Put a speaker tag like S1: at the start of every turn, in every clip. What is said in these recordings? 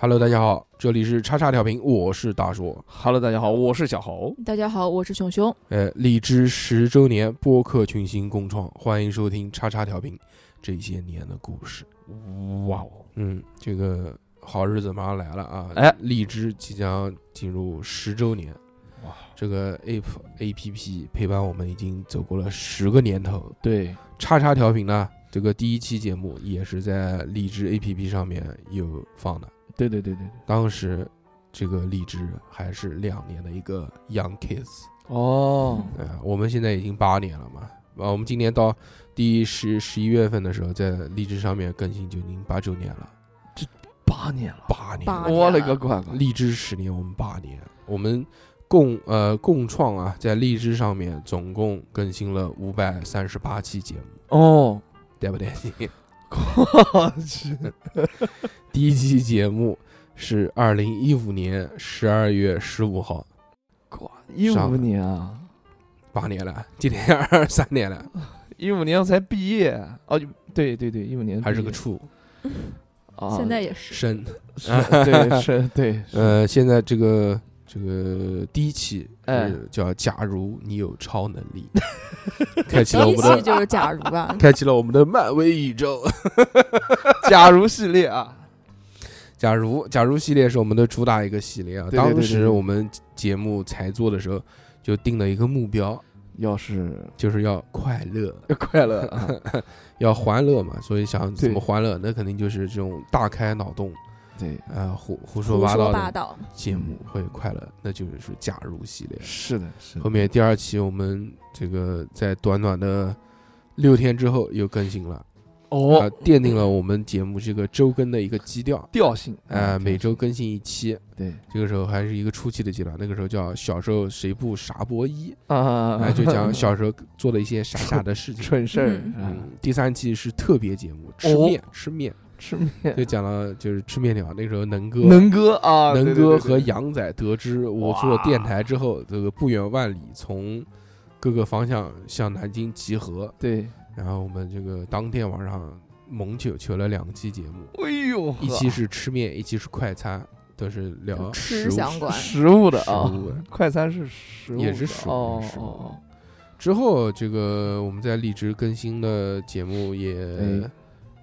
S1: Hello，大家好，这里是叉叉调频，我是大叔。
S2: Hello，大家好，我是小侯。
S3: 大家好，我是熊熊。
S1: 呃，荔枝十周年播客群星共创，欢迎收听叉叉调频这些年的故事。
S2: 哇哦，
S1: 嗯，这个好日子马上来了啊！
S2: 哎
S1: 荔枝即将进入十周年，
S2: 哇，
S1: 这个 app A P P 陪伴我们已经走过了十个年头。
S2: 对，
S1: 叉叉调频呢，这个第一期节目也是在荔枝 A P P 上面有放的，
S2: 对对对对对。
S1: 当时。这个荔枝还是两年的一个 young kids，
S2: 哦，
S1: 呃，我们现在已经八年了嘛，啊，我们今年到第十十一月份的时候，在荔枝上面更新就已经八周年了，
S2: 八年了，
S1: 八年，
S3: 八
S2: 我勒个乖乖！
S1: 荔枝十年，我们八年，我们共呃共创啊，在荔枝上面总共更新了五百三十八期节目，
S2: 哦，
S1: 对不对？ 你
S2: 我去，
S1: 第一期节目是二零一五年十二月十五号，
S2: 哇，一
S1: 上
S2: 五
S1: 了
S2: 年啊，
S1: 八年了，今年二十三年了，
S2: 一五年才毕业哦，对对对，一五年
S1: 还是个
S2: 毕业
S1: 处
S2: 啊，
S3: 现在也是，
S1: 生。
S2: 是对是 对，
S1: 呃，现在这个这个第一期
S2: 哎
S1: 是叫“假如你有超能 力”，开启了
S3: 第
S1: 我
S3: 一
S1: 们的，
S3: 期就是假如吧
S1: 开启了我们的漫威宇宙。
S2: 假如系列啊，
S1: 假如假如系列是我们的主打一个系列啊，
S2: 对对对
S1: 当
S2: 对
S1: 时
S2: 对
S1: 我们节目才做的时候就定了一个目标，
S2: 要是
S1: 就是要快乐，
S2: 要快乐啊，
S1: 要欢乐嘛。所以想怎么
S2: 对
S1: 欢乐，那肯定就是这种大开脑洞，
S2: 对，
S1: 呃，胡 胡说
S3: 胡
S1: 八
S3: 说
S1: 道
S3: 八
S1: 的
S3: 道，
S1: 节目会快乐，那就是假如系列。
S2: 是的，是
S1: 后
S2: 的，
S1: 面第二期我们这个在短短的六天之后又更新了，啊、
S2: 哦，
S1: 奠定了我们节目这个周更的一个基调。
S2: 调性啊
S1: 呃，每周更新一期，
S2: 对
S1: 这个时候还是一个初期的阶段，那个时候叫小时候谁不傻波一，
S2: 啊
S1: 哎、，就讲小时候做的一些傻傻的事情。
S2: 蠢事儿
S3: 嗯
S2: 啊，
S1: 嗯，第三期是特别节目，吃
S2: 哦
S1: 面、吃面，
S2: 吃面
S1: 就讲了就是吃面条。那个时候能哥
S2: 能哥啊，
S1: 能
S2: 对
S1: 哥
S2: 对对
S1: 和
S2: 对
S1: 杨仔得知我做电台之后，这个不远万里从各个方向向南京集合，
S2: 对，
S1: 然后我们这个当天晚上猛酒求了两期节目，
S2: 哎呦，
S1: 一期是吃面，一期是快餐，都是聊食
S3: 吃
S1: 物
S3: 相关，
S2: 食物的啊
S1: 食，物的
S2: 快餐是食物的，
S1: 也是食物
S2: 哦
S1: 也是食物
S2: 哦
S1: 之后，这个我们在荔枝更新的节目也
S2: 哎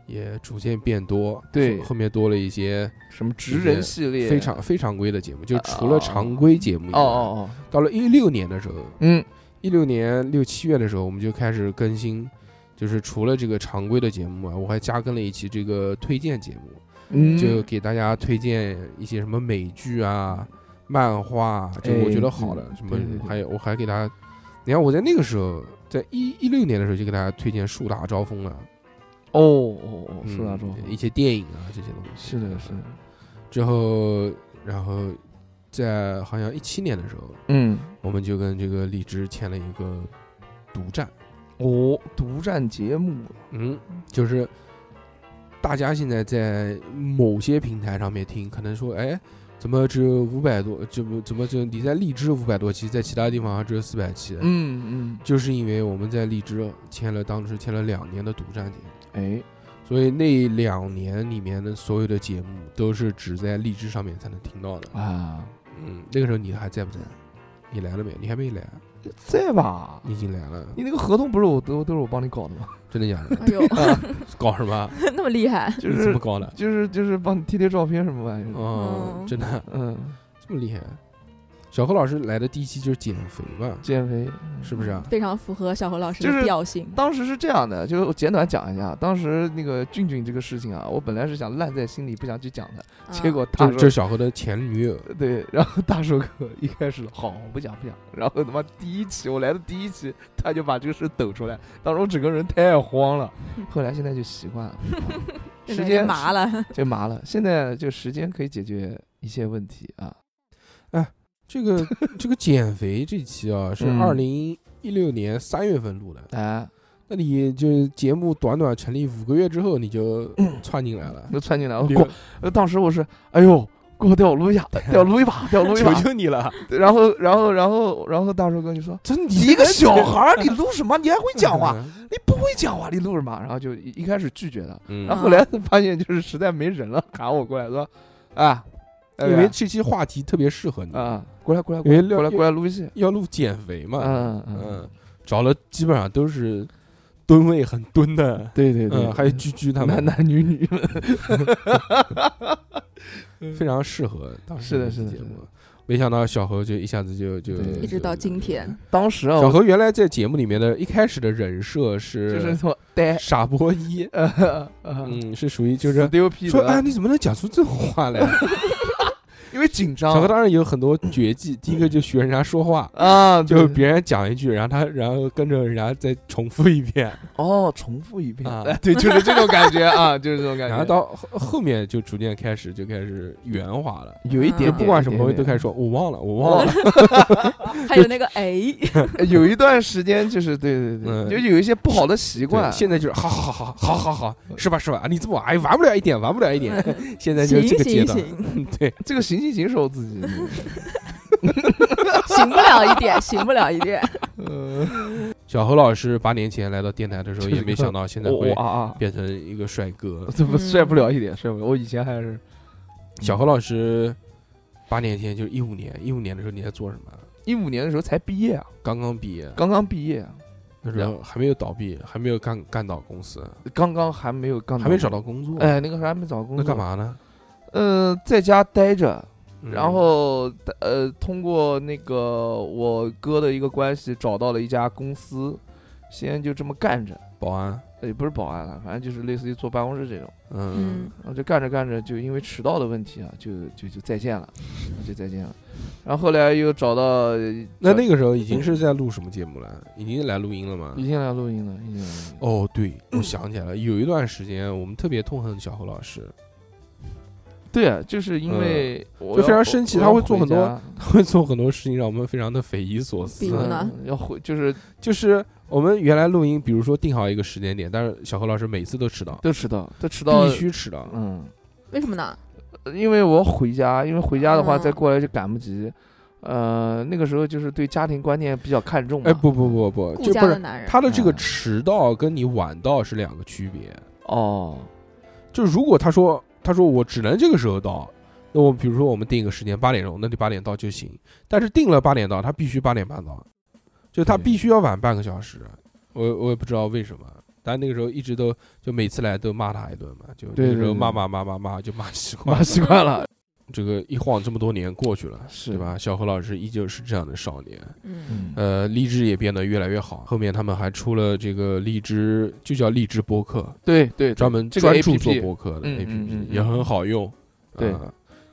S1: 也逐渐变多，
S2: 对
S1: 后后面多了一些
S2: 哦，什么职人系列，
S1: 非常非常规的节目，就
S2: 啊
S1: 除了常规节目以
S2: 哦
S1: 外，
S2: 哦哦，
S1: 到了一六年的时候，
S2: 嗯，
S1: 一六年六七月的时候，我们就开始更新，就是除了这个常规的节目啊，我还加更了一期这个推荐节目，
S2: 嗯
S1: 就给大家推荐一些什么美剧啊、漫画啊，就
S2: 哎
S1: 我觉得好的
S2: 嗯
S1: 什么
S2: 对对，对
S1: 还有我还给大家，你看我在那个时候，在一一六年的时候就给大家推荐《树大招风》了，
S2: 哦哦哦，
S1: 嗯
S2: 是大壮，
S1: 一些电影啊这些东西。
S2: 是的，是的，
S1: 之后，然后在好像一七年的时候，
S2: 嗯，
S1: 我们就跟这个荔枝签了一个独占。
S2: 哦，独占节目，
S1: 嗯，就是大家现在在某些平台上面听，可能说，哎，怎么只有五百多？怎么怎么就你在荔枝五百多期，在其他地方只有四百期？
S2: 嗯嗯，
S1: 就是因为我们在荔枝签了，当时签了两年的独占节目，
S2: 哎，
S1: 所以那两年里面的所有的节目都是只在荔枝上面才能听到的。
S2: 啊，
S1: 嗯，那个时候你还在不在？你来了没？你还没来，
S2: 在吧？
S1: 你已经来了，
S2: 你那个合同不是我都都是我帮你搞的吗？
S1: 真的假的？
S3: 哎呦，
S1: 搞什么？
S3: 那么厉害，
S2: 就
S1: 你怎
S2: 是嗯
S1: 么搞的？
S2: 就是就是帮你贴贴照片什么玩意儿，
S1: 哦，
S3: 嗯
S1: 真的。
S2: 嗯，
S1: 这么厉害？啊小何老师来的第一期就是减肥吧？
S2: 减肥
S1: 是不是啊？
S3: 非常符合小侯老师
S2: 就是
S3: 的调性。
S2: 当时是这样的，就是我简短讲一下，当时那个俊俊这个事情啊，我本来是想烂在心里，不想去讲的，
S3: 啊
S2: 结果大
S1: 这
S2: 叔
S1: 这是小何的前女友，
S2: 对，然后大叔哥一开始好，我不讲不讲，然后他妈第一期我来的第一期，他就把这个事抖出来，当时我整个人太慌 了，后来现在就习惯了，
S3: 现
S2: 时
S3: 在
S2: 间
S3: 就麻了，
S2: 就麻了，现在就时间可以解决一切问题啊，
S1: 这 个这个减肥这期啊是
S2: 嗯
S1: 二零一六年三月份录的，
S2: 哎，
S1: 那你就是节目短短成立五个月之后你就
S2: 嗯
S1: 窜进来了，
S2: 都窜进来，我
S1: 留
S2: 过，呃当时我是，哎呦，给我掉我撸一下，掉撸一把，掉撸一
S1: 求
S2: 把，
S1: 求你了，
S2: 对然后然后然后然后大叔哥就说。
S1: 真
S2: 你一个小孩儿，你撸什么？你还会讲话？，你不会讲话，你录什么？然后就一一开始拒绝他，
S1: 嗯
S2: 然后后来发现就是实在没人了，喊我过来说，啊，哎
S1: 因为这期话题特别适合你，
S2: 啊，过来过来
S1: 因为
S2: 过来
S1: 要
S2: 过来录戏，
S1: 要录减肥嘛，
S2: 嗯嗯嗯，
S1: 嗯，找了基本上都是吨位很吨的，
S2: 对对对，
S1: 嗯，还有居居他
S2: 男
S1: 们
S2: 男女女们，
S1: 非常适合当时
S2: 是的
S1: 那
S2: 是
S1: 期
S2: 的
S1: 节
S2: 是的
S1: 目。没想到小何就一下子就就
S2: 对
S3: 一直到今哦天，
S2: 当时啊，
S1: 小
S2: 我
S1: 何原来在节目里面的一开始的人设
S2: 就是
S1: 是
S2: 说呆，
S1: 傻波一，
S2: 呃，
S1: 嗯，是属于就是
S2: 丢屁
S1: 说哎，
S2: 的，
S1: 你怎么能讲出这种话 来？
S2: 因为紧张
S1: 小何当然有很多绝技，第一个就学人家说话，
S2: 啊，
S1: 就是
S2: 对
S1: 别人讲一句，然后他然后跟着人家再重复一遍，
S2: 哦，重复一遍
S1: 啊，
S2: 哎对，就是这种感觉 啊，就是这种感
S1: 然后
S2: 觉。
S1: 到后后面就逐渐开始就开始圆滑了，
S2: 有一点
S3: 就
S2: 点，
S1: 不管什么东西都开
S2: 始。
S1: 始说我忘了，我忘了，
S3: 还有那个哎，
S2: 哦有一段时间就是对对
S1: 嗯
S2: 对，就有一些不好的习惯
S1: 对，现在就是好好好好好 好好，是吧是吧？啊你怎么哎玩不了一点，玩不了一 点，现在就是
S3: 行
S1: 这个阶
S3: 行
S1: 段，
S3: 行，
S1: 对，
S2: 这个行行行是我自 己。
S3: 行不了一点，行不了一点，
S2: 呃，
S1: 小何老师八年前来到电台的时候，
S2: 这
S1: 也没
S2: 个
S1: 想到现在
S2: 我我
S1: 会
S2: 啊啊，
S1: 变成一个帅哥。
S2: 怎么
S3: 嗯
S2: 帅不了一点，帅不了。我以前还是
S1: 小何老师八年前就是一五年，一五年的时候你在做什么？
S2: 一五年的时候才毕业啊，
S1: 刚刚毕业，
S2: 刚刚毕业啊，
S1: 那时候还没有倒闭，还没有干干倒公司，
S2: 刚刚还没有刚
S1: 还没找到工作，
S2: 哎，那个时候还没找工
S1: 那
S2: 作，
S1: 干？嘛呢？
S2: 呃，在家待着，
S1: 嗯
S2: 然后呃，通过那个我哥的一个关系找到了一家公司，先就这么干着，呃
S1: 保安，
S2: 也不是保安了，反正就是类似于坐办公室这种。
S1: 嗯
S3: 嗯，
S2: 然后就干着干着，就因为迟到的问题啊，就就就再见了，就再见了。然后后来又找到，
S1: 那
S2: 找
S1: 那个时候已经是在录什么节目了？已经来录音了吗
S2: 已？经来录音了，已经来录音了。
S1: 哦，对，
S3: 嗯
S1: 我想起来了，有一段时间我们特别痛恨小何老师，
S2: 对啊，就是因为我
S1: 就
S2: 要
S1: 非常生气他会做很多，
S2: 我要回家嗯
S1: 他会做很多事情让我们非常的匪夷所思。
S3: 比如呢
S2: 嗯要回就是
S1: 就是我们原来录音，比如说定好一个时间点，但是小何老师每次都迟到，
S2: 都迟到，都迟到
S1: 必，须迟到。
S2: 嗯，
S3: 为什么呢？
S2: 因为我回家，因为回家的话
S3: 嗯
S2: 再过来就赶不及。呃，那个时候就是对家庭观念比较看重嘛。
S1: 哎，不不不不，
S3: 顾
S1: 就
S3: 家
S1: 不
S3: 的
S1: 是
S3: 男人，
S1: 他的这个
S2: 嗯
S1: 迟到跟你晚到是两个区别。
S2: 哦，
S1: 就如果他说他说我只能这个时候到，那我比如说我们定一个时间八点钟，那你八点到就行。但是定了八点到，他必须八点半到，就他
S2: 对
S1: 必须要晚半个小时。我我也不知道为什么，但那个时候一直都就每次来都骂他一顿嘛，就
S2: 对
S1: 那个时候
S2: 对对
S1: 骂骂骂骂骂就骂习惯
S2: 骂
S1: 了。
S2: 习惯了，
S1: 这个一晃这么多年过去了，
S2: 是
S1: 对？吧？小何老师依旧是这样的少年，
S3: 嗯，
S2: 嗯，
S1: 呃，荔枝也变得越来越好。后面他们还出了这个荔枝，就叫荔枝播客，
S2: 对对，
S1: 专门
S2: 这个
S1: 专注
S2: APP
S1: 做播客的
S2: 嗯嗯嗯
S1: APP，
S2: 嗯
S1: 也很好用。
S2: 对
S1: 啊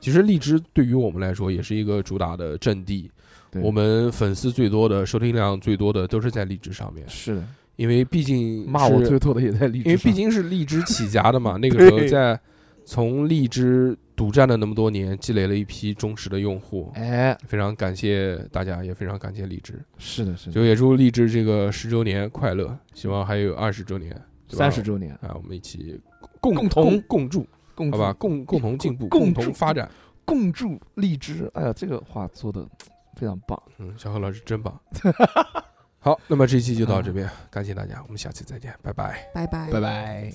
S1: 其实荔枝对于我们来说也是一个主打的阵地，
S2: 对
S1: 我们粉丝最多的、收听量最多的都是在荔枝上面，
S2: 是的，
S1: 因为毕竟
S2: 骂我
S1: 是
S2: 最多的也在荔枝
S1: 因为
S2: 上，
S1: 毕竟是荔枝起家的 嘛，那个时候
S2: 对
S1: 在从荔枝独占了那么多年，积累了一批忠实的用户，
S2: 哎，
S1: 非常感谢大家，也非常感谢荔枝，
S2: 是的，是的，
S1: 就也祝荔枝这个十周年快乐，希望还有二十周年、
S2: 三十周年，
S1: 啊，我们一起共
S2: 共同
S1: 共助，
S2: 共
S1: 好吧，共共同进步，
S2: 共
S1: 嗯 共
S2: 助
S1: 同发展。
S2: 共筑荔枝。哎呀，这个话做的非常棒。
S1: 嗯，小何老师真棒。 好，那么这期就到这边，感谢大家，我们下期再见，拜拜。
S3: 拜拜。
S2: 拜。